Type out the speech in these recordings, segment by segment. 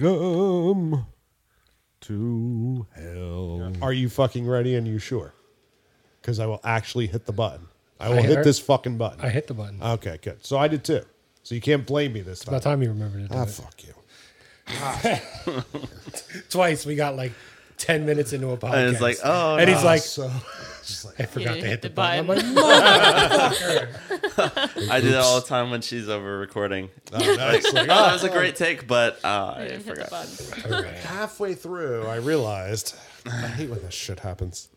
Welcome to hell. Are you fucking ready and you sure? Because I will actually hit the button. I will I hit heard- this fucking button. I hit the button. okay, good. So I did too. So you can't blame me this time. About time you remembered to do Ah, it. fuck you. Twice we got like ten minutes into a podcast, And it's like, oh, and he's like, So I forgot to didn't hit, hit the, the button. button. I'm like, "Mother-" I do that all the time when she's over recording. no, no, it's like, ah, Oh, that was a great take, but uh, I Didn't hit the forgot. button. All right. halfway through, I realized I hate when this shit happens.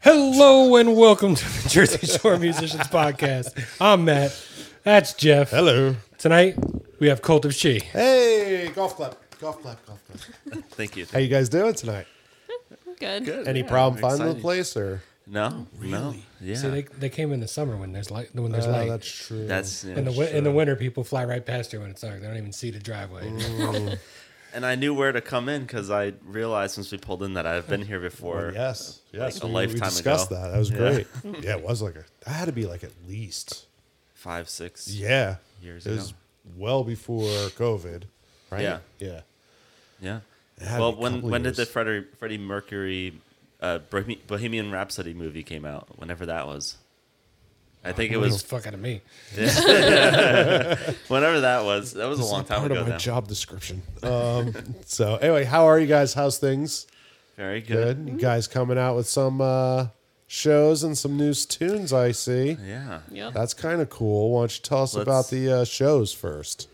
Hello and welcome to the Jersey Shore Musicians Podcast. I'm Matt. That's Jeff. Hello. Tonight we have Cult of She. Hey, golf club. Golf club, golf club. Thank you. How you guys doing tonight? Good. Good. Any problem I'm finding the excited. place or? No, no. Yeah. See, they, they came in the summer when there's light. When there's Uh, light. that's true. That's you know, in the wi- in the winter, people fly right past you when it's dark. They don't even see the driveway. and I knew where to come in because I realized since we pulled in that I've been here before. yes, yes. a we, we lifetime discussed ago. that. That was Yeah. great. yeah, it was like a. That had to be like at least Five, six. Yeah. Years it was ago. well before COVID, right? Yeah. Yeah. Yeah. It had to well, be a when couple when did the years. Freddie Freddie Mercury uh, Bohemi- Bohemian Rhapsody movie came out? Whenever that was, I think it was was fuck out of me. whenever that was. That was a It's long not time part ago of my now. job description. Um, so anyway, how are you guys? How's things? Very good. Good. You guys coming out with some uh, shows and some new tunes? I see. Yeah. Yep. That's kind of cool. Why don't you tell us Let's- about the uh, shows first?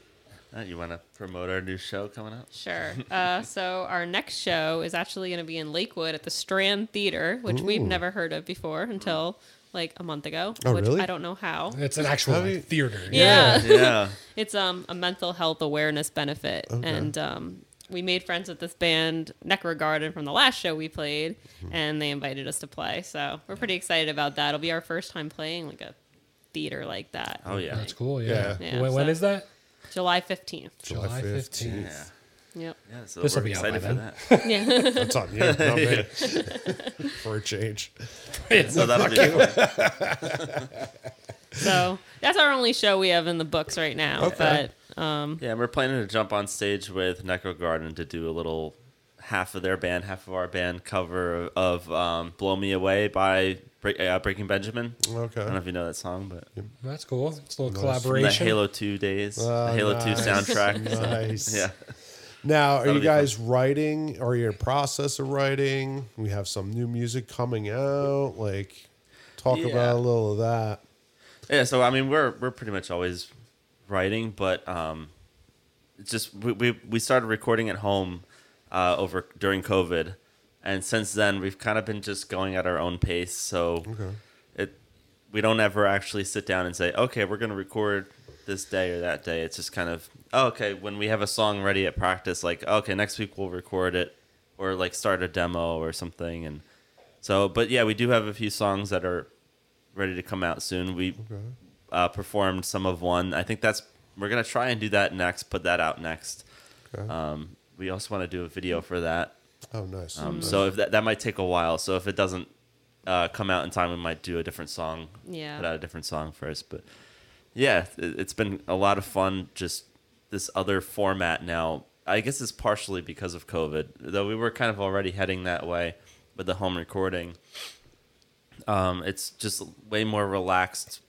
Uh, You want to promote our new show coming out? Sure. Uh, so our next show is actually going to be in Lakewood at the Strand Theater, which we've never heard of before until like a month ago. Oh, which really? I don't know how. It's an actual How like, do you- theater. Yeah. Yeah. It's um a mental health awareness benefit, and um we made friends with this band Necro Garden from the last show we played, and they invited us to play. So we're pretty excited about that. It'll be our first time playing like a theater like that. Oh yeah. that's cool. Yeah. Yeah. Yeah, when, when so- is that? July fifteenth. July 15th. Yeah. Yep. Yeah. So This'll we're be out by excited for then. that. Yeah. That's on you, not me. for a change. So that'll be fun. so that's our only show we have in the books right now. Okay. But um, Yeah, and we're planning to jump on stage with Necro Garden to do a little half of their band, half of our band cover of um, "Blow Me Away" by Break, uh, Breaking Benjamin. Okay. I don't know if you know that song, but That's cool. It's a little the collaboration. Halo Two days, Ah, the Halo nice. Two soundtrack. so, Nice. yeah, Now, are That'll you be fun. guys writing? Are you in process of writing? We have some new music coming out. Like, talk Yeah. about a little of that. yeah. So I mean, we're we're pretty much always writing, but um, it's just we, we we started recording at home uh, over during COVID, and since then we've kind of been just going at our own pace. So it we don't ever actually sit down and say, okay, we're going to record this day or that day. It's just kind of oh, okay when we have a song ready at practice, like okay next week we'll record it or like start a demo or something. And so, but yeah, we do have a few songs that are ready to come out soon. We uh, performed some of one. I think that's we're gonna try and do that next. Put that out next. Um, we also want to do a video for that. Oh, nice. Um, So if that that might take a while. So if it doesn't uh, come out in time, we might do a different song. Yeah. Put out a different song first. But yeah, it, it's been a lot of fun. Just this other format now. I guess it's partially because of COVID, though we were kind of already heading that way with the home recording. Um, it's just way more relaxed.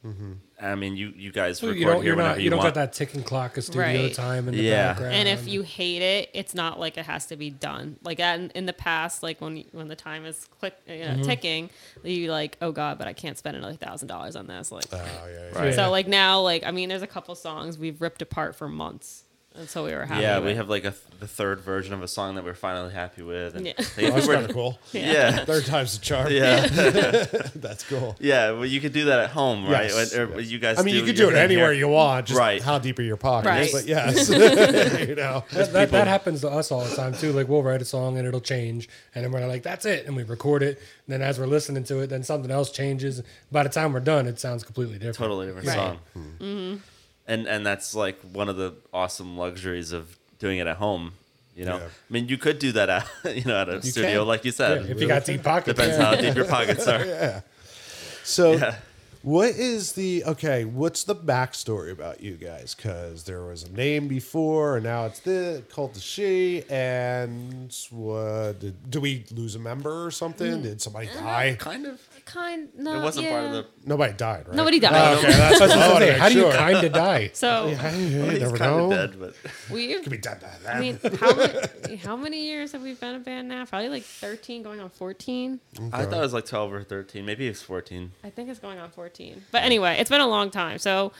I mean, you you guys So record Mm-hmm. you don't, here you're whenever not, you, you don't want. got that ticking clock of studio Right. time in the Yeah. background. and if you hate it, it's not like it has to be done. Like that in, in the past, like when when the time is click you Mm-hmm. know, ticking, you like oh god, but I can't spend another thousand dollars on this. Like oh, yeah, yeah. Right. so, like now, like I mean, there's a couple songs we've ripped apart for months, and so we were happy. Yeah, we with. have like a th- the third version of a song that we're finally happy with. And Yeah. like, if That's we were- kind of cool. yeah. Third time's a charm. Yeah, That's cool. yeah. Well, you could do that at home, right? Yes, Or- or yes. You guys. I mean, do you could do your it thing anywhere here. you want, just Right. how deep are your pockets. Right. But yes, you know. that, that, that happens to us all the time too. Like we'll write a song and it'll change, and then we're like, "That's it," and we record it. And then as we're listening to it, then something else changes. By the time we're done, it sounds completely different. Totally different Right. song. Mm-hmm. And and that's like one of the awesome luxuries of doing it at home. You know, Yeah. I mean, you could do that at you know at a studio, can. like you Yeah, said. if you got deep pockets, Depends yeah. how deep your pockets are. So, Yeah. what is the okay? What's the backstory about you guys? Because there was a name before, and now it's the cult of she. And what did, do we lose a member or Hmm. something? Did somebody Uh-huh. die? Kind of. Kind no, It wasn't yeah. part of the. Nobody died, right? Nobody died. Okay, that's That's what what I I'm wanted to saying. make How do you sure. kind of die? So You He's never kind know. of dead, but we've Could be dead by then. I mean, how many, how many years have we been a band now? Probably like 13, going on 14. Oh, I thought it was like twelve or thirteen. Maybe it's fourteen. I think it's going on 14. But anyway, it's been a long time. So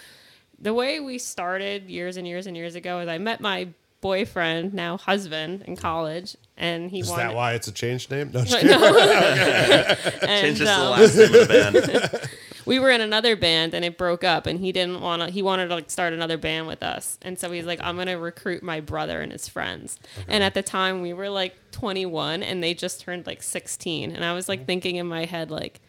the way we started years and years and years ago is I met my boyfriend, now husband, in college, and he is wanted. that why it's a changed name? No, But no. and, Change this to the um, last name of the band. we were in another band and it broke up and he didn't want to he wanted to like start another band with us and so he's like i'm gonna recruit my brother and his friends and at the time we were like 21 and they just turned like 16 and i was Mm-hmm. like thinking in my head like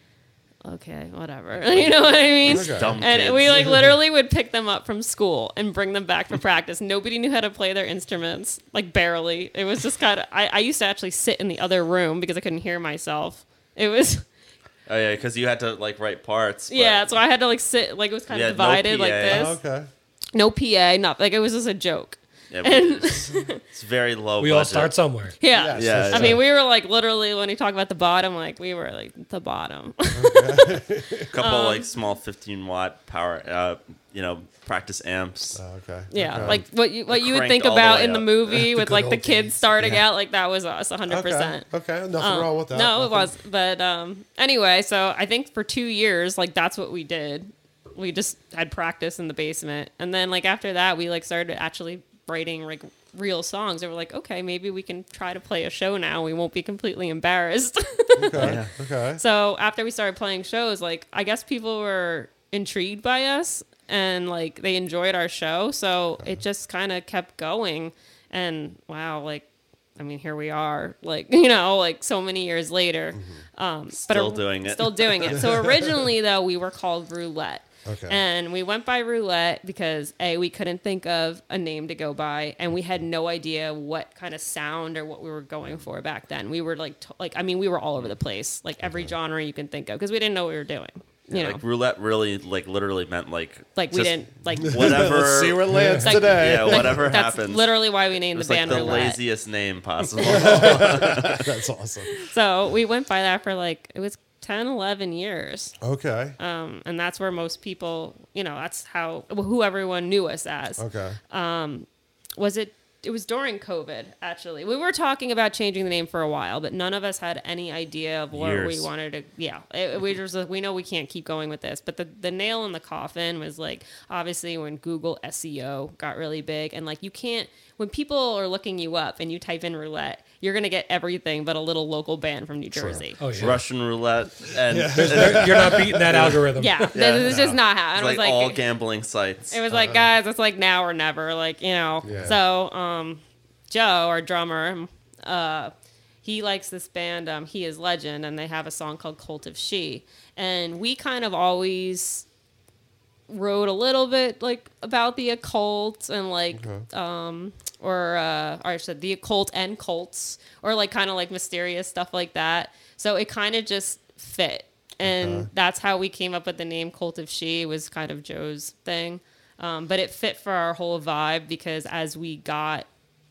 okay whatever you know what i mean Okay. Dumb kids. and we like literally would pick them up from school and bring them back for practice. Nobody knew how to play their instruments, like barely. It was just kind of. I, I used to actually sit in the other room because I couldn't hear myself. It was Oh yeah, because you had to like write parts. but- yeah, so I had to like sit like it was kind Yeah, no of divided like PA. this. Oh, okay. No PA, not like it was just a joke. Yeah, but it's, it's very low. We budget. all start somewhere. Yeah. Yes, Yeah, that's I yeah. mean, we were like literally when you talk about the bottom, like we were like the bottom. a couple Um, like small 15 watt power, uh, you know, practice amps. right. Okay. yeah, okay. like what you what you would Cranked think all the about way in the up. movie with like good the old kids days. starting out, like that was us, hundred Okay. percent. Um, Okay. Nothing wrong with that. Oh. No, it Nothing- was, but um, anyway, so I think for two years, like that's what we did. We just had practice in the basement, and then like after that, we like started actually writing like real songs. And we're like, okay, maybe we can try to play a show now. We won't be completely embarrassed. Okay. Okay. so after we started playing shows, like I guess people were intrigued by us and like they enjoyed our show. So it just kind of kept going, and wow, like. I mean, here we are, like, you know, like so many years later. Um, Mm-hmm. Still but or- doing it. Still doing it. So originally, though, we were called Roulette. Okay. And we went by Roulette because A, we couldn't think of a name to go by, and we had no idea what kind of sound or what we were going for back then. We were like, t- like I mean, we were all over the place, like every genre you can think of, because we didn't know what we were doing. You know, Like roulette really, like literally meant like like we just didn't like whatever. Let's see where it lands Like- today. yeah, whatever that's happens. literally why we named it's the like band the Roulette. laziest name possible. That's awesome. So we went by that for like it was 10, 11 years. Okay. um, and that's where most people, you know, that's how who everyone knew us as. Okay. uh, Was it? It was during COVID, actually. We were talking about changing the name for a while, but none of us had any idea of what Years. we wanted to. Yeah, it, we just we know we can't keep going with this. But the the nail in the coffin was like obviously when Google SEO got really big, and like you can't when people are looking you up and you type in roulette, you're gonna get everything but a little local band from New Jersey. Oh yeah. Russian roulette and You're not beating that algorithm. Yeah, this is just not how. it's And like, I was like, all gambling sites. It was like, guys, it's like now or never, like you know. Yeah. So, um, Joe, our drummer, uh, he likes this band. Um, he is Legend, and they have a song called "Cult of She," and we kind of always wrote a little bit like about the occult and like Okay. um or uh or I said the occult and cults or like kind of like mysterious stuff like that. So it kind of just fit. And that's how we came up with the name Cult of She was kind of Joe's thing. Um, but it fit for our whole vibe because as we got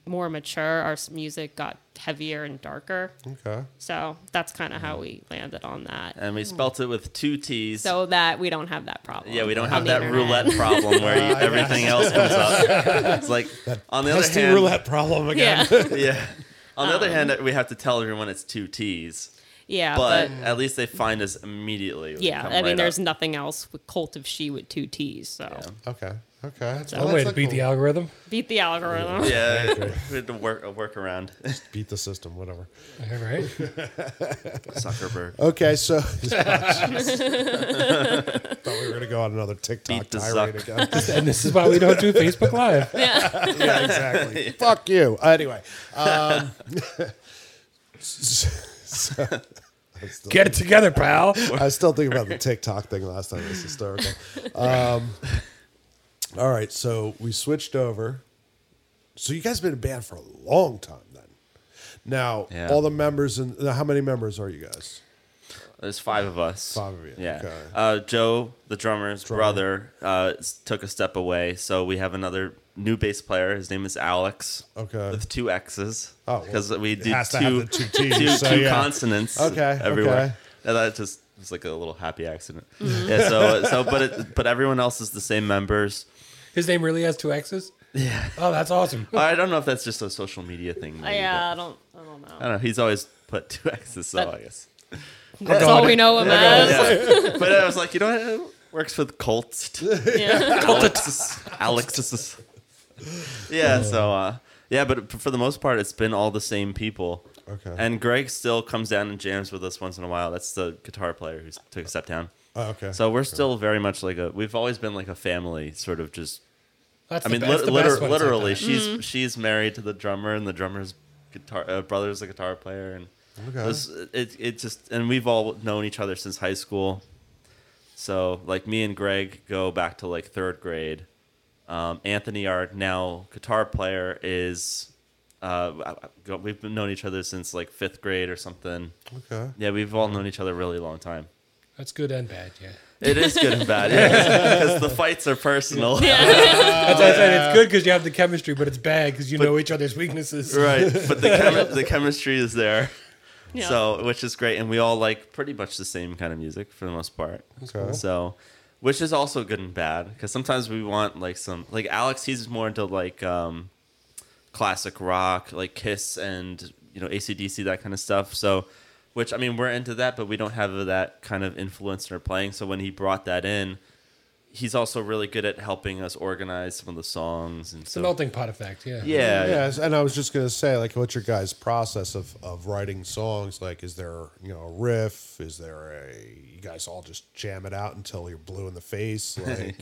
more mature, our s- music got heavier and darker. Mm. Okay. So that's kind of Mm-hmm. how we landed on that. and we spelt it with two T's. So that we don't have that problem. yeah, we don't on have the that internet. roulette problem where you, Ah, everything else comes up. It's like on the other Pesty hand, roulette problem again. Yeah. yeah. On the other Um, hand, we have to tell everyone it's two T's. Yeah. but Uh, but at least they find us immediately. We Mm. Yeah, come I mean, right there's up. nothing else with Cult of She with two T's. So Okay. Okay. That's, One way to beat the algorithm. beat the algorithm. yeah, we had to work a workaround. beat the system, whatever. All right. Zuckerberg Okay, so thought we were gonna go on another TikTok Beat the tirade Zuck. again. And this is why we don't do Facebook Live. yeah, exactly. Fuck you. Anyway, um, Get it together, pal. I was still thinking about the TikTok thing last time. It's hysterical. Um, all right, so we switched over So you guys been a band for a long time then. Now, Yeah. all the members and how many members are you guys? There's five of us. Five of you, Yeah. okay. Uh, Joe, the drummer's brother, uh, s- took a step away, so we have another new bass player. His name is Alex. Okay. With two X's. Oh, well, because we it do has to have two the two Ts, two- so two yeah. consonants. Okay, Everywhere. okay. And that just was like a little happy accident. Mm-hmm. Yeah. So so but it, but everyone else is the same members. His name really has two X's. Yeah. Oh, that's awesome. I don't know if that's just a social media thing. I, maybe, uh, I but- don't. I don't know. I don't know. He's always put two X's, so But- I guess. That's all we know him as. Yeah. but I was like, you know what? It works with cults. Yeah. Alexis. Alexis. Yeah, so uh yeah, but for the most part it's been all the same people. Okay. And Greg still comes down and jams with us once in a while. That's the guitar player who took a step down. Oh, okay. So we're still very much like a we've always been like a family sort of just That's I mean the, lit that's the liter- best one. literally she's she's married to the drummer and the drummer's guitar uh, brother's a guitar player and Oh Okay. this- it it just and we've all known each other since high school. So like me and Greg go back to like third grade. Um, Anthony, our now guitar player, is uh, I- I- go- we've been known each other since like fifth grade or something. okay. Yeah, we've all Mm-hmm. known each other a really long time. That's good and bad. Yeah. It is good and bad because the fights are personal. Uh, That's why I said it's good because you have the chemistry, but it's bad because you know each other's weaknesses. Right, but the chemi- the chemistry is there, Yeah. so which is great, and we all like pretty much the same kind of music for the most part. cool. So, which is also good and bad because sometimes we want like some like Alex, he's more into like um, classic rock, like Kiss and you know ACDC that kind of stuff. So, which I mean we're into that, but we don't have that kind of influence in our playing. So when he brought that in. He's also really good at helping us organize some of the songs and It's a so melting pot effect. Yeah. yeah, Yes, and I was just gonna say, like, what's your guys' process of, of writing songs? Like, is there you know a riff? Is there a you guys all just jam it out until you're blue in the face? Like, Or,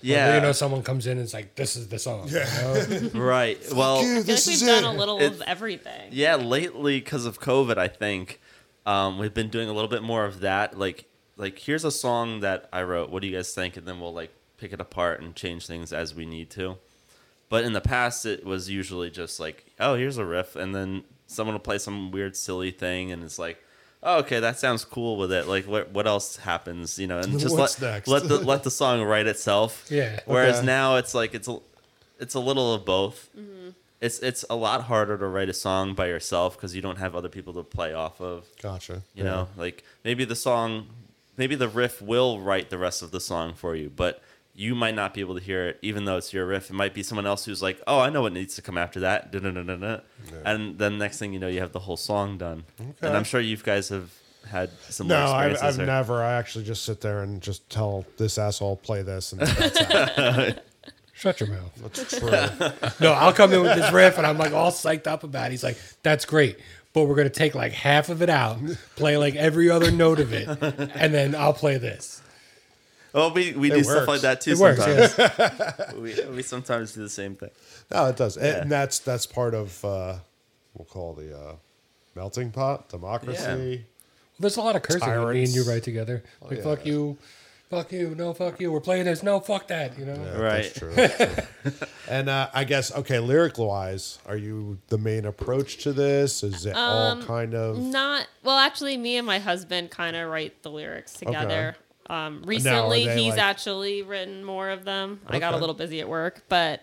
yeah. You know, someone comes in and it's like, this is the song. Yeah. Right. Well, I feel like we've done a little It's- of everything. yeah, lately because of COVID, I think um, we've been doing a little bit more of that. Like, like here's a song that I wrote. What do you guys think? And then we'll like pick it apart and change things as we need to. But in the past, it was usually just like, oh, here's a riff, and then someone will play some weird, silly thing, and it's like, oh, okay, that sounds cool with it. Like, what what else happens? You know, and just What's let next? let the let the song write itself. Yeah. Whereas Okay. now it's like it's a it's a little of both it's it's a lot harder to write a song by yourself because you don't have other people to play off of. gotcha. You know, like maybe the song, maybe the riff will write the rest of the song for you, but you might not be able to hear it, even though it's your riff. It might be someone else who's like, "Oh, I know what needs to come after that," da-da-da-da-da. and then next thing you know, you have the whole song done. And I'm sure you guys have had some No, I've, experiences. I've there. never. I actually just sit there and just tell this asshole play this, and that's Shut your mouth. true. No, I'll come in with this riff and I'm like all psyched up about it. He's like, that's great. But we're gonna take like half of it out, play like every other note of it, and then I'll play this. Oh, we, we do works. stuff like that too It works. sometimes. yes. we, we sometimes do the same thing. No, it does, and that's that's part of uh, we'll call the uh, melting pot democracy. There's a lot of cursing that me and Tyrants. Oh, you write together. Like yeah. fuck you, fuck you, no fuck you. We're playing this, no fuck that. You know. Right. That's true. that's true. and uh, I guess okay, lyrical wise, are you the main approach to this? Is it Um, all kind of Not well. Actually, me and my husband kind of write the lyrics together. Um, recently, they, he's like- actually written more of them. I got a Okay. little busy at work, but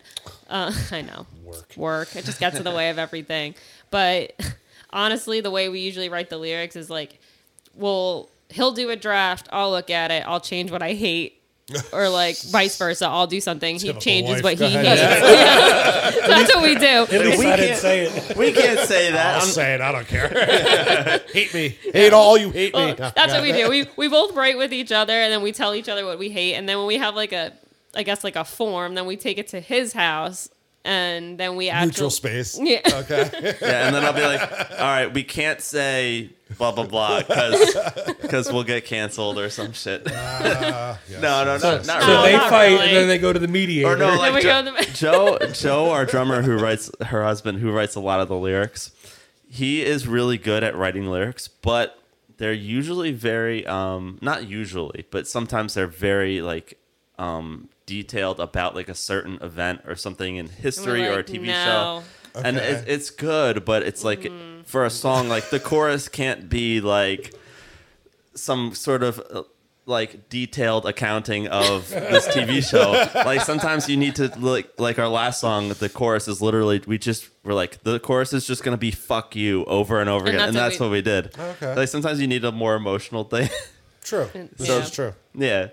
uh, I know Work. Work. It just gets in the way of everything. But honestly, the way we usually write the lyrics is like, well, he'll do a draft. I'll look at it. I'll change what I hate. or like vice versa, I'll do something. He Typical changes wife. what Go he ahead. hates. Yeah. That's what we do. At least We I didn't can't- say it. We can't say that. I'll I'm- say it. I don't care. hate me. Hate all you hate me. Well, that's what we do. We we both write with each other, and then we tell each other what we hate, and then when we have like a, I guess like a form, then we take it to his house, and then we actually Neutral space. Yeah, Okay. Yeah, and then I'll be like, all right, we can't say blah blah blah because we'll get canceled or some shit. no, no, no, not So really. they not fight really. and then they go to the mediator. or no, Then we like go jo- to the- Joe, Joe, our drummer who writes her husband who writes a lot of the lyrics. He is really good at writing lyrics, but they're usually very um not usually, but sometimes they're very like um, detailed about like a certain event or something in history or a like, TV "No." show. And Okay. it, it's good, but it's like Mm. for a song, like the chorus can't be like some sort of uh, like detailed accounting of this TV show. like sometimes you need to like like our last song, the chorus is literally we just were like the chorus is just gonna be fuck you over and over And again, that's and what that's we- what we did. Okay. Like sometimes you need a more emotional thing. True. This Yeah. is true. yeah.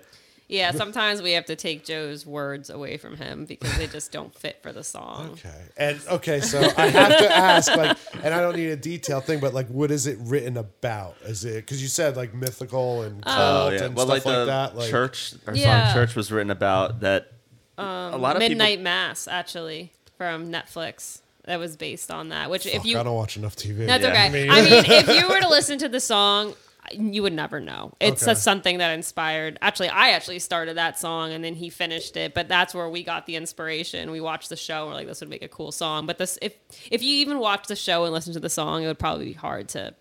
Yeah, sometimes we have to take Joe's words away from him because they just don't fit for the song. Okay. And okay, so I have to ask, like, and I don't need a detailed thing, but like, what is it written about? Is it because you said like mythical and Um, cult and Oh, Well, stuff like, like the that? Like, church, our Yeah. Um, song "Church" was written about that. a lot of Midnight Mass, actually, from Netflix, that was based on that. Which, if Fuck, I you don't watch enough TV. That's Yeah. okay. I I mean- mean, if you were to listen to the song, you would never know. It's Okay. just something that inspired. Actually, I actually started that song and then he finished it. But that's where we got the inspiration. We watched the show and we're like, this would make a cool song. But this, if if you even watched the show and listened to the song, it would probably be hard to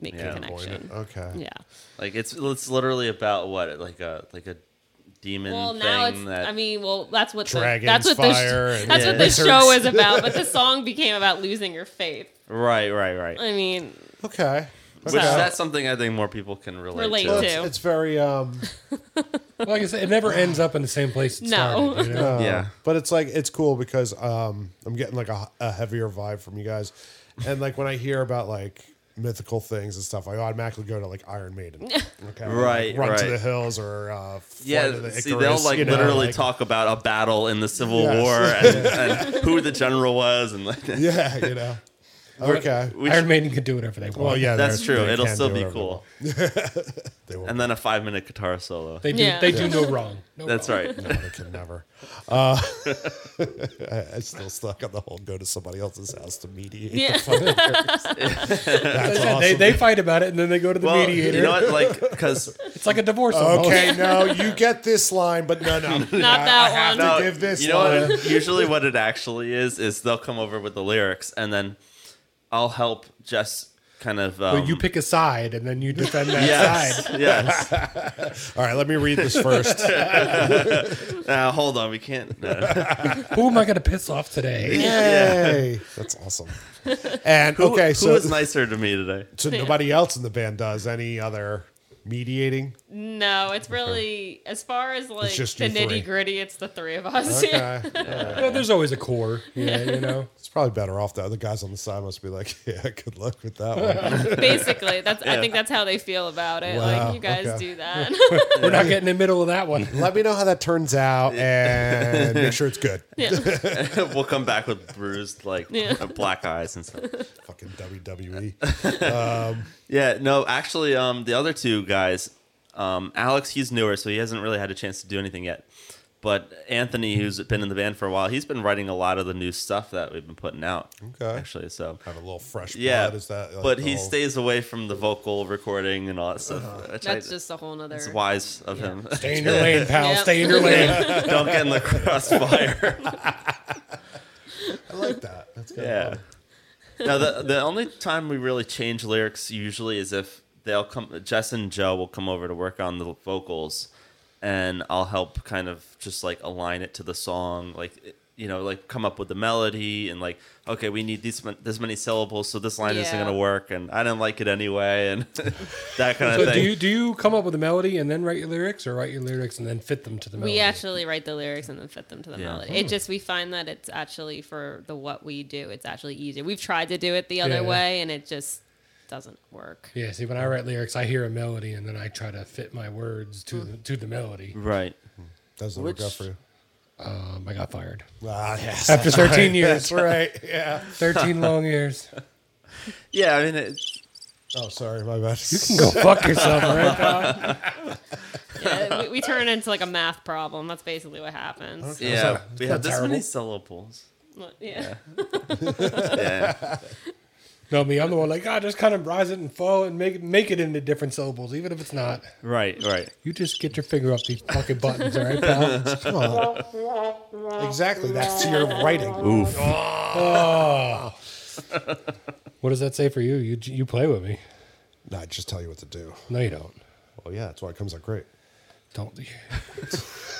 make Yeah, the avoid it. connection. Okay. Yeah. Like it's it's literally about what like a like a demon Well, thing now it's. that I mean, well, that's what Dragons, the that's what the sh- fire, and that's what the lizards. show is about. But the song became about losing your faith. right right right. I mean, Okay. Which So- that's something I think more people can relate, Relate to. Well, it's, too. it's very um Like I said, it never ends up in the same place. It No. started, you know? uh, Yeah. but it's like it's cool because um i'm getting like a, a heavier vibe from you guys and like when i hear about like mythical things and stuff i automatically go to like iron maiden okay like, Right, run to right. the hills or uh Flight Yeah, of the see, they'll Icarus, like you know, literally like- talk about a battle in the Civil Yes. War and, and who the general was, and like, yeah you know okay we Iron should- Maiden could do whatever they want. well yeah that's they're- true. they It'll can still do be whatever cool. they want. And then a five-minute guitar solo. They do. Yeah. They do no wrong. No That's wrong. right. they can never uh I- i'm still stuck on the whole go to somebody else's house to mediate yeah. Like that's I said, awesome. They, they fight about it and then they go to the Well, mediator. you know what? Like, because It's like a divorce. almost. okay no you get this line but no no not I that have one. to No, give this You know line. what? Usually, what it actually is is they'll come over with the lyrics, and then I'll help Jess kind of. Um, But you pick a side and then you defend that Yes, side. yes. All right, let me read this first. Now hold on, we can't. No. Who am I going to piss off today? Yay! That's awesome. And Who- okay, who so, was nicer to me today? so nobody else in the band does any other mediating. No, it's really as far as like just the you three. nitty gritty. It's the three of us. Okay, You know, there's always a core. Yeah, you know. it's probably better off. The other guys on the side must be like, "Yeah, good luck with that one." Basically, that's I think that's how they feel about it. Wow, Like you guys okay. do that. We're not getting in the middle of that one. let me know how that turns out and make sure it's good. yeah. we'll come back with bruised, like Yeah. black eyes and stuff. Fucking E. WWE. Yeah, no, actually, um, the other two guys, um, Alex, he's newer, so he hasn't really had a chance to do anything yet. But Anthony, who's been in the band for a while, he's been writing a lot of the new stuff that we've been putting out. Okay. actually, so Have a little fresh blood. yeah, is that? like, oh, but the he whole- stays away from the vocal recording and all that stuff. which I- Uh-huh. That's just a whole nother. it's wise of him. Stay in your lane, pal. Stay in your lane. Don't get in the crossfire. I like that. That's good. yeah. Now the the only time we really change lyrics usually is if they'll come. Jess and Joe will come over to work on the vocals, and I'll help kind of just like align it to the song, like. it- you know, like come up with the melody and like, okay, we need these mon- this many syllables, so this line isn't Yeah. gonna work, and I didn't like it anyway, and that kind of So do thing. you do you come up with a melody and then write your lyrics, or write your lyrics and then fit them to the melody? We actually write the lyrics and then fit them to the Yeah. melody. It just we find that it's actually for the what we do. It's actually easier. We've tried to do it the other Yeah. way, and it just doesn't work. Yeah. See, when I write lyrics, I hear a melody and then I try to fit my words to the, to the melody. right. That's what Which- go for you. Um, I got fired Ah, yes. after 13 years. That's right. Yeah. 13 long years. Yeah, I mean, it, Oh, sorry, my bad. Go fuck yourself, all right? Yeah, we, we turn into like a math problem. That's basically what happens. yeah, we not have this many terrible. syllables. yeah. Yeah. No, me. I'm the one like, I just kind of rise it and fall and make it, make it into different syllables, even if it's not. Right, right. You just get your finger up these fucking buttons, all right, pal? Exactly. That's your writing. Oof. Oh. what does that say for you? You you play with me? No, I just tell you what to do. No, you don't. Well, yeah, that's why it comes out great. Don't.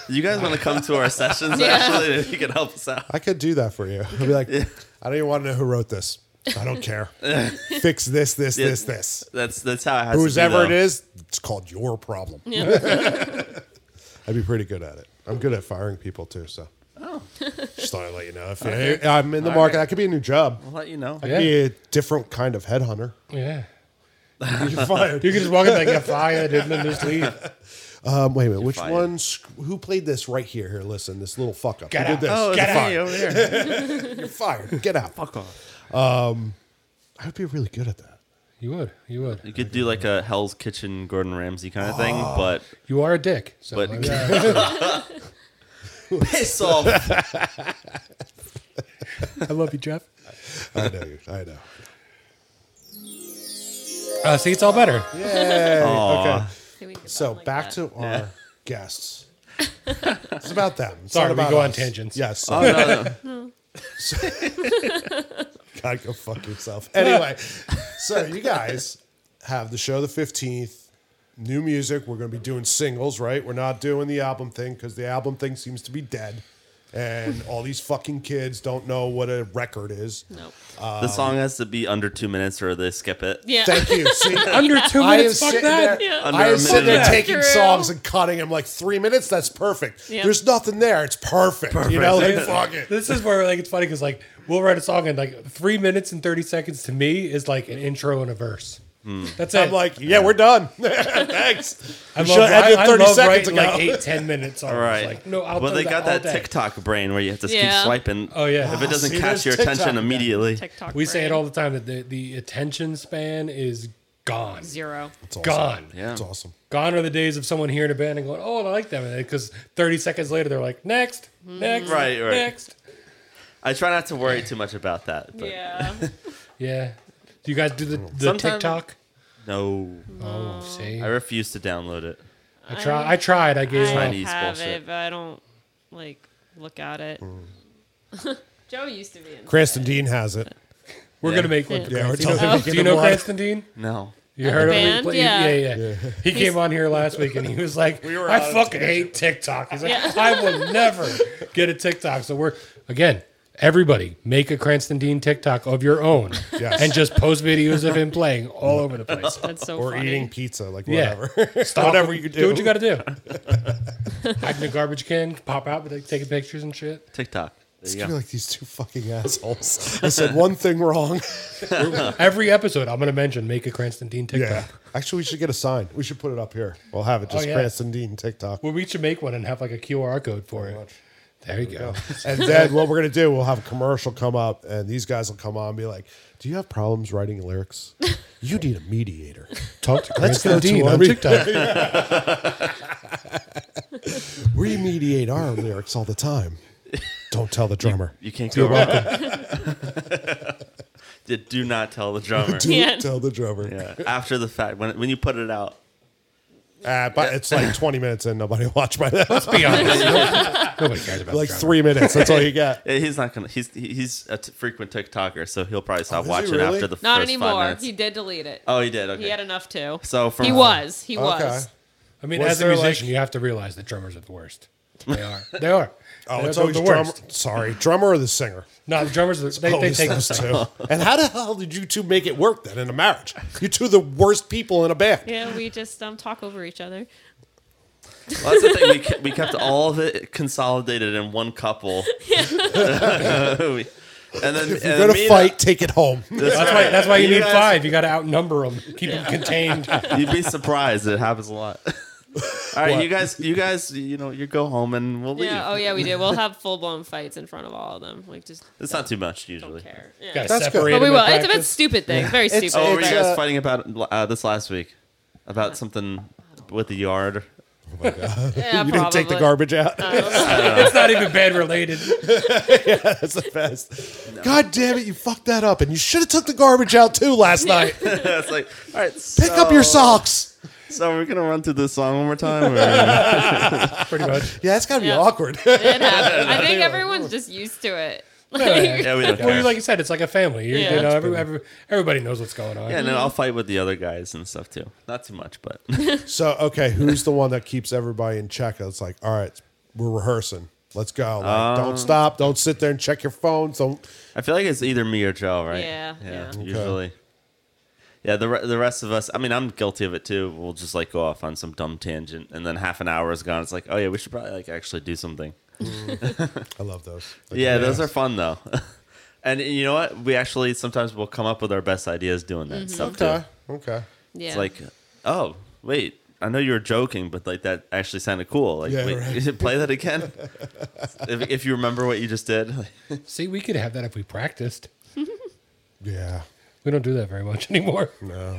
You guys want to come to our sessions? Yeah. Actually, if you could help us out. I could do that for you. I'd be like, I don't even want to know who wrote this. I don't care. Fix this, this, Yeah. this, this. That's that's how it has. Who's to be, ever it though. is, it's called your problem. I'd be pretty good at it. I'm good at firing people too. So, Oh. just thought I'd let you know if you, I'm in the All market. right. That could be a new job. I'll let you know. Yeah. Be a different kind of headhunter. Yeah. You're fired. You can just walk in like get fired and then just leave. Um, wait a minute. Which fired. one? sc- Who played this right here? Here, listen. This little fuck up. Get who out. did this? Oh, Get it's out. me over here. You're fired. Get out. Fuck off. I would be really good at that. You would. You would. You could do like a Hell's Kitchen, Gordon Ramsay kind of thing, but You are a dick. So But- I mean, I, piss off. I love you, Jeff. I know. you. I know. Uh, see, it's all better. Yay. Okay. Can we get So something like back that? to our guests. it's about them. It's Sorry, not we about go on us. tangents. Yes. Oh, no, no. God, go fuck yourself. Anyway, so you guys have the show the 15th. New music. We're going to be doing singles, right? We're not doing the album thing because the album thing seems to be dead. And all these fucking kids don't know what a record is. Nope. the song has to be under two minutes or they skip it. Yeah. Thank you. See, Under two I am minutes. Fuck sitting that. there, Yeah. Under I a am sitting there minute. taking True. songs and cutting. I'm like, three minutes? That's perfect. Yeah. There's nothing there. It's perfect. You know, like, This- fuck it. This is where like it's funny because like we'll write a song and like three minutes and thirty seconds to me is like an intro and a verse. That's it. I'm like, yeah, we're done. Thanks. I We love, should've ended I, I 30 love seconds writing ago. like eight, ten minutes. Songs. All right. Like, no, I'll well, do they got that, all day. TikTok brain where you have to Yeah. keep swiping. Oh, yeah. If it doesn't See, catch there's your TikTok attention again. immediately, TikTok. We say it brain. all the time that the, the attention span is gone. Zero. Gone. yeah. It's awesome. Gone are the days of someone hearing a band and going, "Oh, I like that," because thirty seconds later they're like, "Next, next, Right, right. next." I try not to worry too much about that. But Yeah. Yeah. Do you guys do the, the Sometime- TikTok? No, Oh, see, I I, refuse to download it. try. I tried. I gave I up. Chinese have bullshit. it, but I don't like look at it. Mm. Joe used to be in. Cranston Dean has it. We're Yeah. gonna make one. for Yeah, we're Cranston. Do you telling know, him to do get you know him one. Cranston Dean? No. You heard the him? band? He played- Yeah. yeah, yeah. He came on here last week and he was like, were "I out of fucking hate TikTok." He's like, Yeah. "I will never get a TikTok." So we're again, everybody make a Cranston Dean TikTok of your own Yes. and just post videos of him playing all over the place. That's so Or funny. eating pizza, like Yeah. whatever. Stop. Whatever you do what do. you got to do. Hide in a garbage can, pop out, like, taking pictures and shit. TikTok. There It's you gonna go. be like these two fucking assholes. I said one thing wrong. Every episode, I'm going to mention make a Cranston Dean TikTok. Yeah. Actually, we should get a sign. We should put it up here. We'll have it just Oh, yeah. Cranston Dean TikTok. Well, we should make one and have like a QR code for it. There you go. And then what we're gonna do, we'll have a commercial come up, and these guys will come on and be like, "Do you have problems writing lyrics? You need a mediator." Talk to Let's Cranston go to Dean our on re- TikTok. We mediate our lyrics all the time. Don't tell the drummer. You can't go wrong. Do- Do not tell the drummer. Do Can't. tell the drummer. Yeah. After the fact, when when you put it out, Uh, but it's like 20 minutes in, nobody will watch by that. Let's be honest. Nobody- Nobody cares about like the drama. three minutes. That's all you got. eh, he's not gonna. He's he's a t- frequent TikToker, so he'll probably stop Oh, he watching really? after the first Not five anymore. minutes. He did delete it. oh, he did. Okay. He had enough too. So from- he was. He Okay. was. I mean, Was as a there, like- musician, you have to realize that drummers are the worst. They are. They are. Oh, They're it's the, always the drummer. worst. Sorry, drummer or the singer. No, the drummers, are, they, they Always take those those two. two. And how the hell did you two make it work then in a marriage? You two are the worst people in a band. Yeah, we just um, talk over each other. Well, that's the thing. We kept, we kept all of it consolidated in one couple. We- and then You're gonna fight. Take it home. That's why, that's why you, You need guys- five. You got to outnumber them, keep them contained. You'd be surprised. It happens a lot. All right, you guys, you guys, you know, you go home and we'll leave. Yeah. Oh yeah, we did. We'll have full blown fights in front of all of them. Like just It's not too much don't usually. care. Yeah. Got to That's good. separate But we them will. at It's a bit practice. stupid thing. Very It's- stupid. Oh, were you It's, guys uh, fighting about uh, this last week? About something with the yard? yeah, you didn't take the probably. garbage out. It's not even bed related. That's the best. God damn it! You fucked that up, and you should have took the garbage out too last night. Pick it's like, all right, up your socks. So we're gonna run through this song one more time. Or... Pretty much. Yeah, it's gotta be Yeah. awkward. It happened. I think everyone's just used to it. Yeah. yeah, we don't Well, care. you- like you said, it's like a family. You, you Yeah. know, every, every, everybody knows what's going on. yeah, and then I'll fight with the other guys and stuff too. Not too much, but so okay, who's the one that keeps everybody in check? It's like, all right, we're rehearsing. Let's go. Like, don't stop. Don't sit there and check your phones. Don't. I feel like it's either me or Joe, right? Yeah, yeah, yeah. Okay. usually. Yeah, the re- the rest of us. I mean, I'm guilty of it too. We'll just like go off on some dumb tangent, and then half an hour is gone. It's like, oh yeah, we should probably like actually do something. I love those. yeah, those are fun though. and you know what? We actually sometimes will come up with our best ideas doing that stuff too. okay. Okay. Mm-hmm. Yeah. It's like, oh wait, I know you were joking, but like that actually sounded cool. Like, Yeah, wait, right. you should play that again if, if you remember what you just did. See, we could have that if we practiced. Yeah. We don't do that very much anymore. No.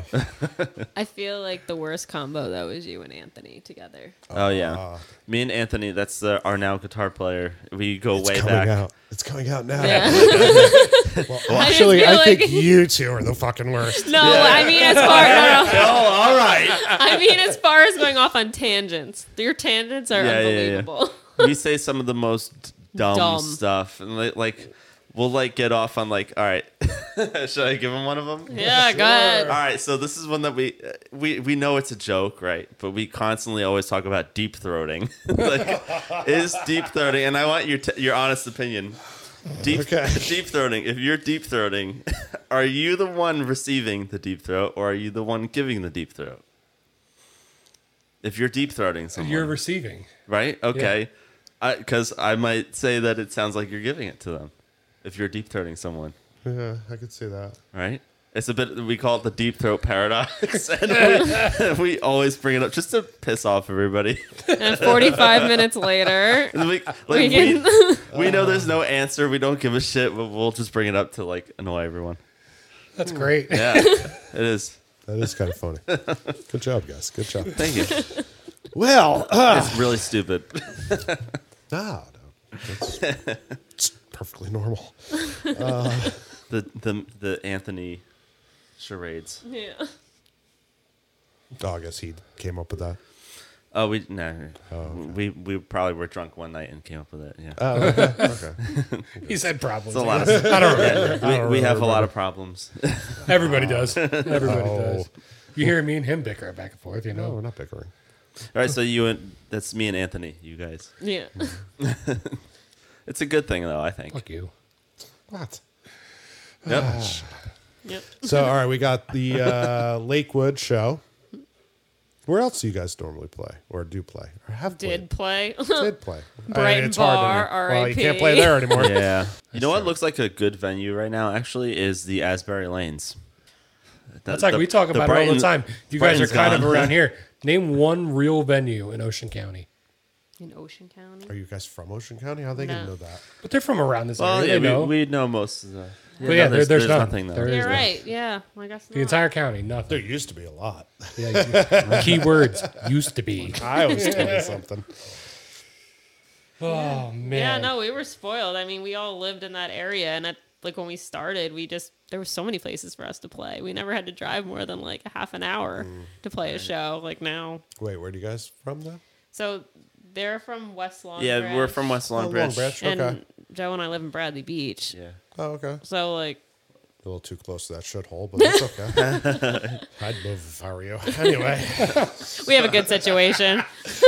I feel like the worst combo though is you and Anthony together. oh Ah. yeah, me and Anthony. That's the, our now guitar player. We go It's way coming back. out. It's coming out now. Yeah. Well, I just actually, feel I think like- you two are the fucking worst. no, I mean as far no, no. Oh, all right. I mean as far as going off on tangents. Your tangents are Yeah, yeah, yeah. unbelievable. we say some of the most dumb, Dumb. stuff, and like, like we'll like get off on like, all right, should I give him one of them? Yeah, go ahead. All right, so this is one that we uh, we we know it's a joke, right? But we constantly always talk about deep throating. like, is deep throating? And I want your t- your honest opinion. Deep Okay. deep throating. If you're deep throating, are you the one receiving the deep throat, or are you the one giving the deep throat? If you're deep throating someone, You're receiving. right? Okay, because I, might say that it sounds like you're giving it to them if you're deep throating someone, Yeah, I could see that. right? It's a bit we call it the deep throat paradox, and we, we always bring it up just to piss off everybody. And 45 minutes later, And we, like, We we, can- we know there's no answer. We don't give a shit, but we'll just bring it up to like annoy everyone. That's Hmm. great. Yeah, it is. That is kind of funny. Good job, guys. Good job. Thank you. Well, uh, It's really stupid. no, Ah, no, that's it's perfectly normal. The the the Anthony charades. yeah. Oh, I guess he came up with that. Oh, we no, we we probably were drunk one night and came up with it. Yeah. He said probably. It's a lot of Oh, I don't remember. we, we have a lot of problems. Everybody does. Everybody Oh. does. You hear me and him bicker back and forth, you No, know? we're not bickering. All right, so you and that's me and Anthony, you guys. Yeah. It's a good thing though, I think. Fuck you. What? ah, Yep. Yep. So, all right, we got the uh, Lakewood show. Where else do you guys normally play, or do play, or have Did play. played? did play? Uh, Brighton hard to Bar, know. Well, you RIP. can't play there anymore. Yeah. You know what looks like a good venue right now actually is the Asbury Lanes. That- That's like the- we talk about it all the Brighton- time. You guys Brighton's are kind gone. of around here. Name one real venue in Ocean County. In Ocean County. Are you guys from Ocean County? How they gonna No. know that? But they're from around this Well, area. yeah, they know. we, we know most of the. But yeah, there- there's none. nothing though. There is You're no- right. Yeah. I guess the not. entire county, There nothing. used to be a lot. Yeah, key words used to be. I was doing something. Oh man. Yeah, no, we were spoiled. I mean, we all lived in that area, and at, like when we started, we just there were so many places for us to play. We never had to drive more than like a half an hour Mm. to play a show. Like now, Wait, where do you guys from then? so they're from West Long. Yeah, we're from West Long Oh, Branch. and Okay. Joe and I live in Bradley Beach. Yeah. Oh, okay. So like, A little too close to that shithole, but it's okay. I'd move if I were you. Anyway, we have a good situation.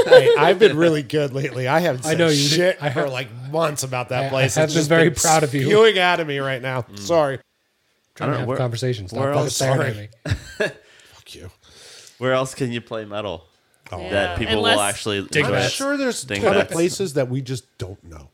hey, I've been really good lately. I haven't I said know you- shit I for have- like months about that I- I place. have It's been just very proud of you. Spewing out of me right now. Sorry. I Trying don't to know, have where- conversations. Stop where fucking else- staring at sorry. me. Fuck you. Where else can you play metal Yeah. that people Unless- will actually Dig I'm Diglets. sure there's a Diglets. ton of places that we just don't know.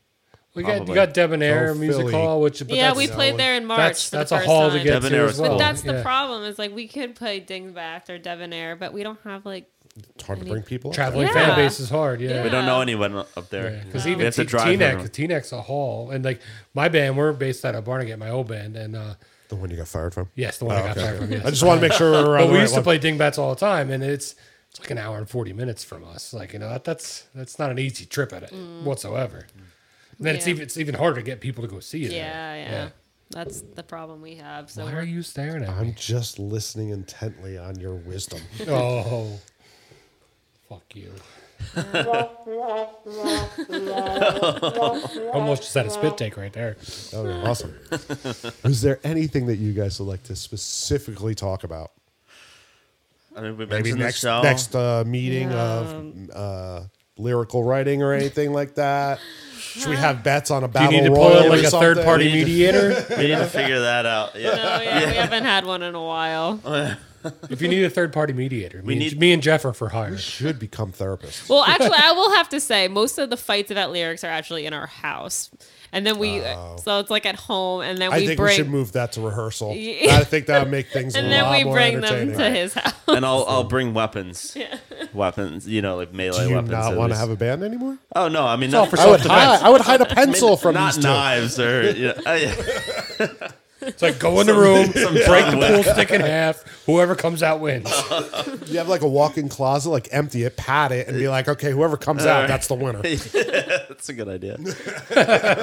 We got Probably. you got Debonair Oh, Music Philly. Hall, which but yeah, that's- we played there in March. That's for that's the a first hall time. to get Debonair to is as cool. But well. that's the Yeah. problem is like we could play Dingbat or Debonair, but we don't have like It's hard to bring people. up. Traveling Yeah. fan base is hard. Yeah. We don't know anyone up there. Because We even have to T- drive T-Neck, everyone. T-Neck's a hall, and like my band, we're based out of Barnegat, my old band, and uh, The one you got fired from. yes, the one I got fired from. Yes. Oh, I just want to make sure we're on but the we right used one. to play dingbats all the time, and it's it's like an hour and forty minutes from us. Like you know, that, that's that's not an easy trip at it whatsoever. And then it's Mm. Yeah. even it's even harder to get people to go see you. there. yeah, yeah. That's the problem we have. So Why we're- are you staring at I'm me? just listening intently on your wisdom. Oh, fuck you! Almost just had a spit take right there. Oh, yeah, awesome. Is there anything that you guys would like to specifically talk about? I mean, we Maybe mentioned next the show. next uh, meeting Um, of uh, lyrical writing or anything like that? Should we have bets on a Do you battle need to royal pull in like or a something? third party We need to- mediator? We need to figure that out. Yeah. Oh yeah, we haven't had one in a while. if you need a third party mediator, me, need- and, me and Jeff are for hire. Should become therapists. Well, actually, I will have to say most of the fights about lyrics are actually in our house, and then we uh, so it's like at home, and then Oh. I we think we bring should move that to rehearsal. Yeah. I think that would make things a and then lot we more bring them entertaining. to his house. And I'll I'll bring weapons. Weapons, you know, like melee Do you weapons. not at want to least. have a band anymore? Oh no, I mean all not, for I would, hide, Self-defense. I would hide a pencil from not these two. knives or you know, oh, yeah. It's like go in the room, Some break John the pool stick in half. Whoever comes out wins. You have like a walk-in closet, like empty it, pat it, and be like, okay, whoever comes out, that's the winner. That's a good idea. All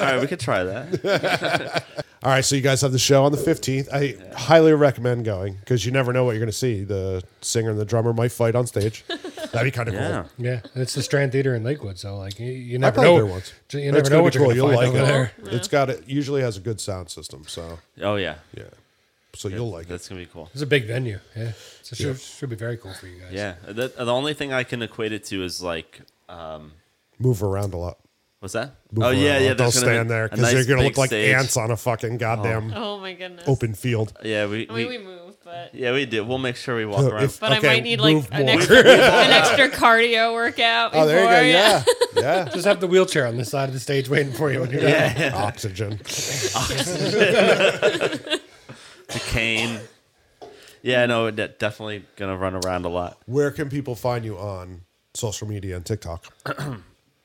right, we could try that. All right, so you guys have the show on the 15th. I highly recommend going because you never know what you're going to see. The singer and the drummer might fight on stage. That'd be kind of cool. Yeah. Yeah, and it's the Strand Theater in Lakewood, so like you, you I never played know. there once. You It's never gonna know be what you're cool. gonna You'll find like over it. there. It's got it. Usually has a good sound system, so Oh yeah, yeah. So you'll like it. that's gonna be cool. It's a big venue. Yeah, so it should, should be very cool for you guys. Yeah, the, the only thing I can equate it to is like, um, Move around a lot. what's that? Move oh around a yeah, lot. yeah. Don't there's gonna stand be there a because nice you're going to big look like stage. ants on a fucking goddamn Oh my goodness! open field. Yeah, we, I we, mean, we moved, but yeah we do. We'll make sure we walk around. If- but okay, I might need like move an more. extra, an extra cardio workout. Before, Oh, there you go. Yeah, yeah. Just have the wheelchair on the side of the stage waiting for you when you're done. yeah, yeah. Oxygen. the cane. Yeah, no, de- definitely gonna run around a lot. Where can people find you on social media and TikTok?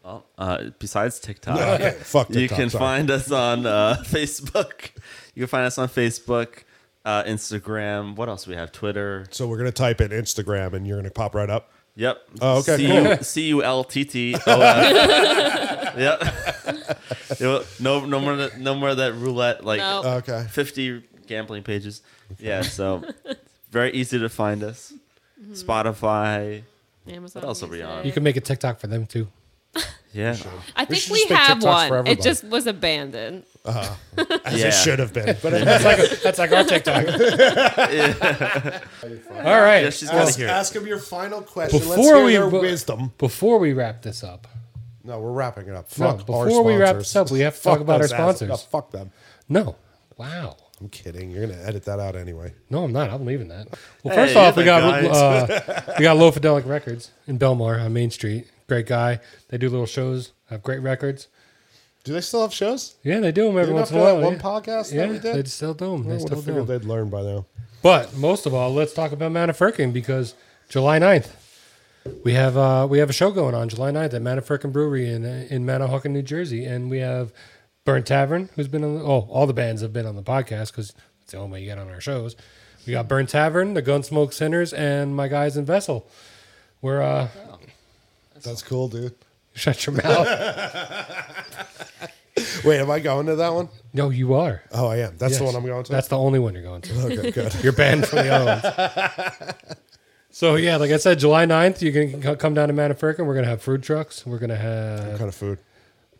Well, uh, besides TikTok, Okay, fuck you TikTok, can sorry. find us on uh, Facebook. You can find us on Facebook, uh, Instagram. What else we have? Twitter. So we're gonna type in Instagram, and you're gonna pop right up. Yep. Oh, okay, C cool. U C U L T T O F. Yep. You know, No, no more, that- no more of that roulette like No. Okay. fifty gambling pages. Yeah, so very easy to find us. Spotify. Amazon What else are we Music. on? You can make a TikTok for them too. Yeah. I We think should we, just make have TikToks for one. It everybody. just was abandoned. As Yeah. it should have been. But That's like that's like our TikTok. All right. Yeah, she's gotta ask, hear it. ask them your final question. Let's Before hear we their bu- wisdom. Before we wrap this up, No, we're wrapping it up. No, Fuck our before we wrap sponsors. this up, we have to talk Fuck about our those assholes. sponsors. No, fuck them. no. Wow. I'm kidding. You're gonna edit that out anyway. No, I'm not. I'm leaving that. Well, Hey, first off, you're we the got uh, we got Low Fidelic Records in Belmar on Main Street. Great guy. They do little shows. Have great records. Do they still have shows? Yeah, they do them every Didn't once after in a while. that one yeah. podcast yeah, that we they did, Oh, still do them. I They would still have do figured 'em. they'd learn by now. But most of all, let's talk about Manafurkin because July 9th, we have uh, we have a show going on July 9th at Manafurkin Brewery in in Manahawkin, New Jersey, and we have Burn Tavern, who's been on. The, oh, all the bands have been on the podcast because it's the only way you get on our shows. We got Burn Tavern, the Gunsmoke Sinners, and my guys in Vessel. We're uh, That's cool, dude. shut your mouth. Wait, am I going to that one? no, you are. Oh, I am. That's the Yes. one I'm going to. That's the only one you're going to. okay, good. You're banned from the other ones. So yeah, like I said, July 9th, you can c- come down to Manafurkin. We're gonna have food trucks. We're gonna what have kind of food?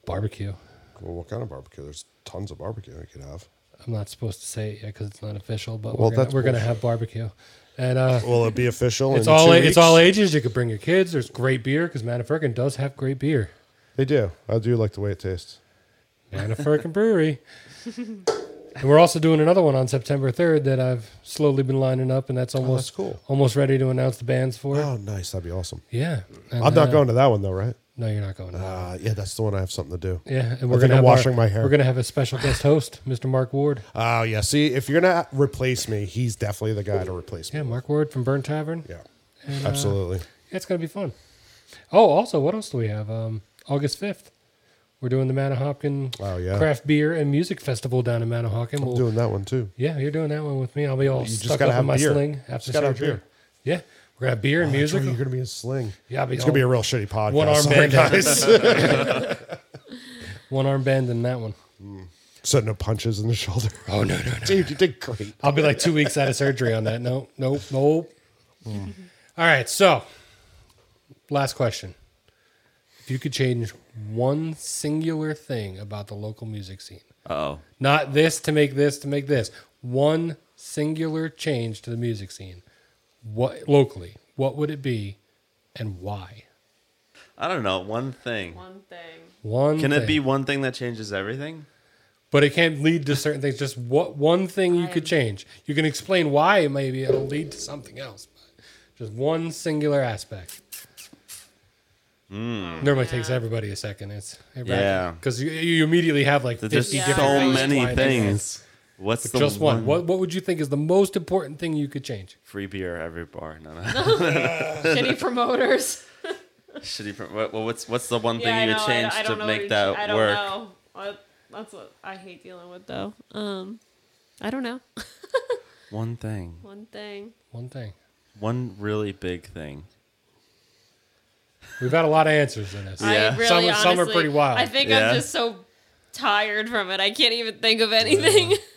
barbecue. Well, what kind of barbecue? There's tons of barbecue you could have. I'm not supposed to say it yet because it's not official, but Well, we're, gonna, that's we're gonna bullshit. have barbecue. And uh, Will it be official? it's in all two it's all weeks? ages. You could bring your kids. There's great beer because Manafurkin does have great beer. They do. I do like the way it tastes. Manafurkin Brewery. And we're also doing another one on September 3rd that I've slowly been lining up, and that's almost Oh, cool. almost ready to announce the bands for. Oh, nice. That'd be awesome. Yeah, And I'm then, not uh, going to that one though, right? No, you're not going. to that. Uh, yeah, that's the one I have something to do. Yeah, and we're think I'm gonna have washing our- my hair. We're gonna have a special guest host, Mr. Mark Ward. Oh yeah. See, if you're gonna replace me, he's definitely the guy to replace me. Yeah, Mark Ward from Burn Tavern. Yeah, And, uh, absolutely. yeah, it's gonna be fun. Oh, also, what else do we have? Um, August fifth, we're doing the Manahawkin Oh, yeah. Craft Beer and Music Festival down in Manahawkin. We'll, Doing that one too. yeah, you're doing that one with me. I'll be all just stuck gotta up have in my beer. sling Just after gotta have surgery. beer. Yeah, we're gonna have beer and music. You're gonna be a sling. Yeah, I'll be it's gonna be a all- real shitty podcast. One arm Sorry, band. guys. one arm band in that one. so no punches in the shoulder. Oh no, no, no dude, you did great. I'll be like two weeks out of surgery on that. No, nope, nope. All right, so last question. If you could change one singular thing about the local music scene, Oh, not this to make this to make this, one singular change to the music scene, what locally, what would it be and why? I don't know. One thing. One thing. One Can it thing. be one thing that changes everything? But it can lead to certain things. Just what one thing you could change. You can explain why it maybe it'll lead to something else. But just one singular aspect. Normally takes everybody a second. It's Hmm. Yeah. because you, you immediately have like There's fifty Yeah. just different so ways many why they- things. What's the Just one. What What would you think is the most important thing you could change? Free beer every bar. No, no. Shitty promoters. Shitty. pro- What, what's what's the one thing yeah, you I know. would I- change I, to don't know make what that each- I don't work? Know. I- That's what I hate dealing with, though. Um, I don't know. One thing. One thing. One thing. One really big thing. We've had a lot of answers to this. Yeah. I really, Some- honestly, some are pretty wild. I think Yeah. I'm just so tired from it. I can't even think of anything.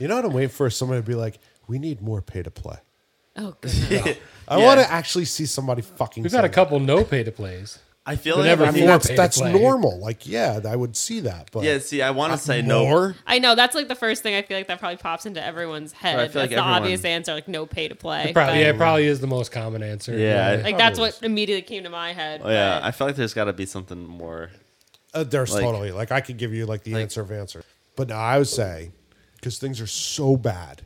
You know what I'm waiting for? is Somebody to be like, "We need more pay to play." oh, goodness. I Yeah. want to actually see somebody fucking. We've had a say that. couple no pay to plays. I feel But like never I I mean, mean, more that's pay to that's play. normal. Like, yeah, I would see that, but yeah. See, I Uh, want to say no. more. I know that's like the first thing I feel like that probably pops into everyone's head. I feel like that's the everyone- obvious answer, like no pay to play. Probably, but- yeah, it probably is the most common answer. Yeah. like that's what immediately came to my head. Oh, yeah, but- I feel like there's got to be something more. Uh, there's Like- totally like I could give you like the answer of answer, but no, I would say because things are so bad,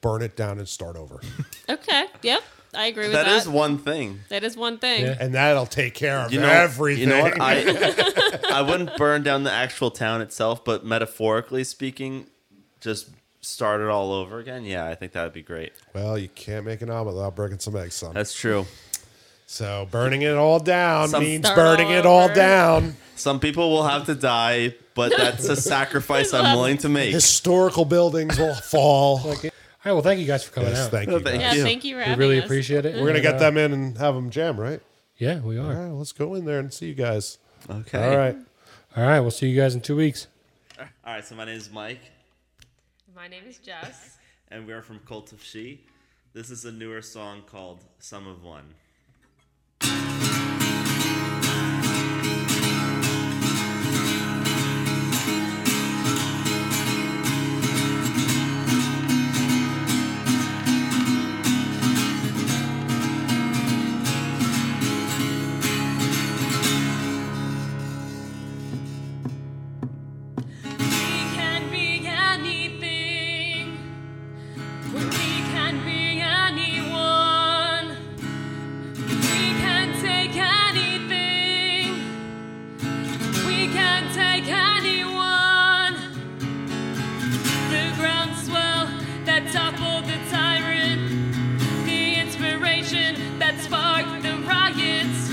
burn it down and start over, okay. Yep. I agree with that. That is one thing. that is one thing. Yeah. and that'll take care of You know everything. You know what? I I wouldn't burn down the actual town itself, but metaphorically speaking, just start it all over again. Yeah, I think that would be great. well, you can't make an omelet without breaking some eggs, son. That's true. so burning it all down Some- means Start burning all it all over. down. Some people will have to die, but that's a sacrifice I'm willing to make. Historical buildings will fall. All right. Well, thank you guys for coming yes, out. thank you. guys. Thank Yeah, you. thank you for we having really us. appreciate it. uh, We're gonna get them in and have them jam, right? Yeah, we All are. right, let's go in there and see you guys. Okay. All right. All right. We'll see you guys in two weeks. All right. So my name is Mike, My name is Jess. and we're from Cult of She. This is a newer song called "Some of One." We can be anything. We can be anyone. We can take anything. We can take anyone. The groundswell that toppled the tyrant. The inspiration that sparked the riots.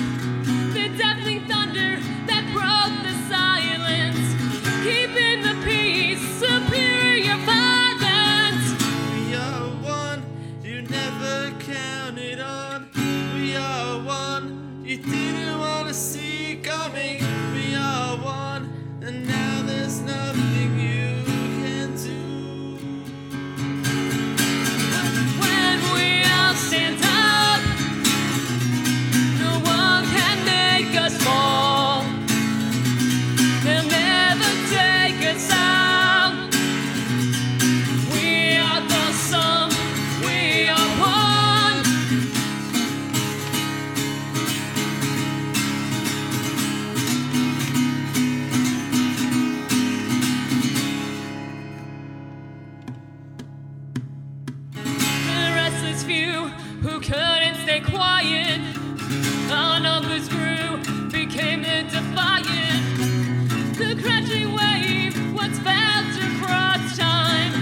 The deafening thunder that broke the silence, keeping the peace, superior violence. We are one you never counted on. We are one you didn't want to see coming. We are one, and now there's nothing you can do. When we all stand up, no one can make us fall. They'll never take us out. We are the sum. We are one. The restless few who couldn't stay quiet. Our numbers grew, became the defiant. The crashing wave was felt across time.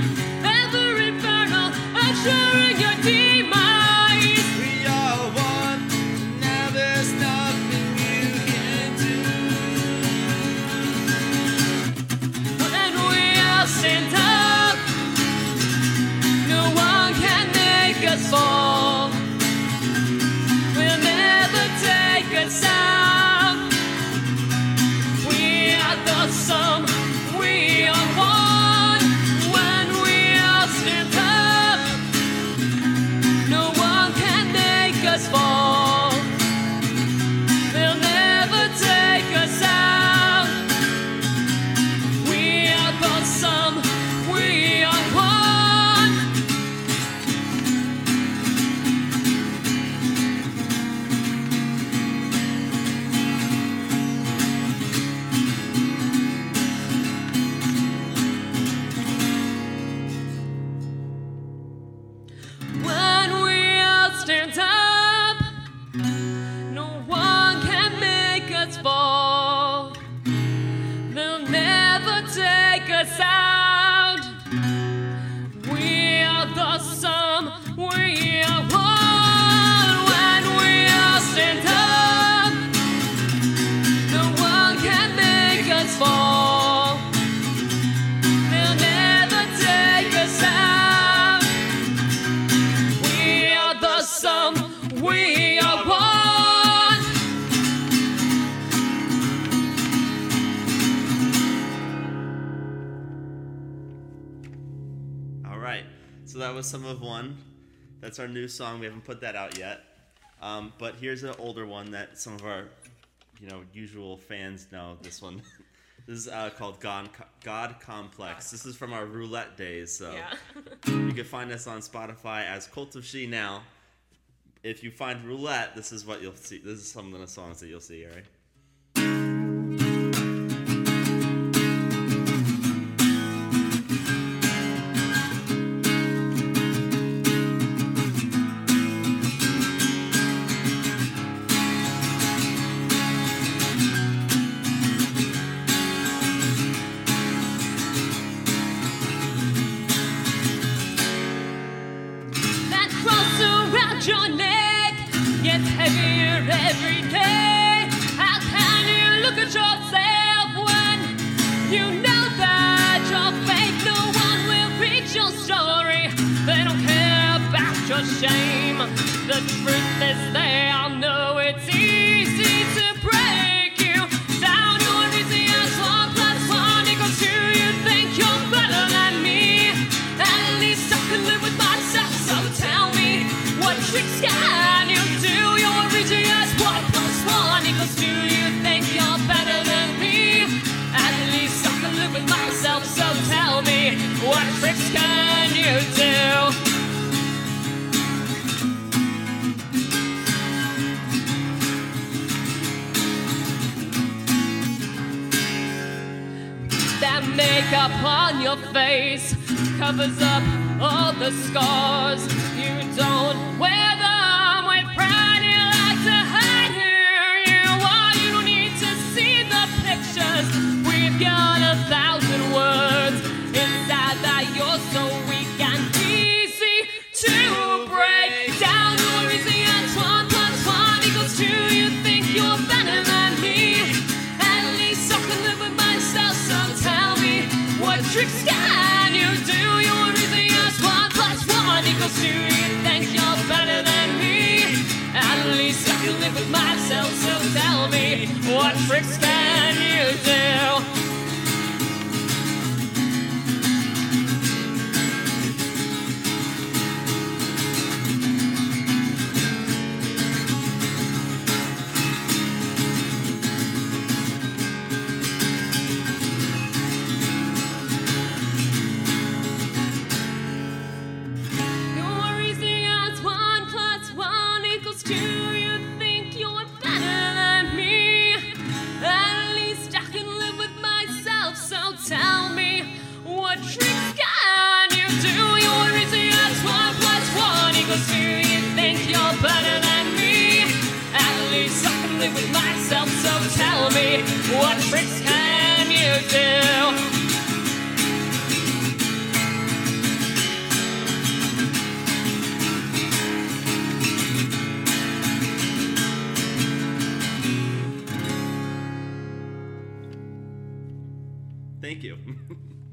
Ever infernal, assuring your demise. We are one, and now there's nothing you can do. When we all stand up, no one can make us fall. We'll never take us out. We are the sum, we are one. When we all stand up, no one can make us fall. They'll never take us out. We are the sum, we are one. that was some of one. That's our new song. We haven't put that out yet. Um, but here's an older one that some of our, you know, usual fans know. This one, this is uh, called God, God Complex. This is from our roulette days. So Yeah. you can find us on Spotify as Cult of She now. If you find roulette, this is what you'll see. This is some of the songs that you'll see. All right. That cross around your neck gets heavier every day. How can you look at yourself when you know that your faith, no one will read your story? They don't care about your shame. The truth is, they all know it's easy to break you down. You're an easy as one plus one equals two. You think you're better than me? At least I can live with myself. So tell me, what tricks can you do? You're a reaching as one plus one equals two. You think you're better than me? At least I can live with myself. So tell me, what tricks can you do? That makeup on your face covers up all the scars. You don't wear them with pride. You like to hide who you are. You don't need to see the pictures. We've got a thousand words. It's sad that you're so weak and easy to break down. You're easy as one plus one equals two. You think you're better than me. At least I can live with myself. So tell me, what tricks can you do? You're easy as one plus one equals two. You think you're better than me? At least I can live with myself. So tell me, what tricks can you do? You're easy as one plus one equals two. You think you're better than me. At least I can live with myself. So tell me, what tricks can you do? You're easy as one plus one equals two. You think you're better than me. At least I can live with myself. So tell me, what tricks can you do? Thank you.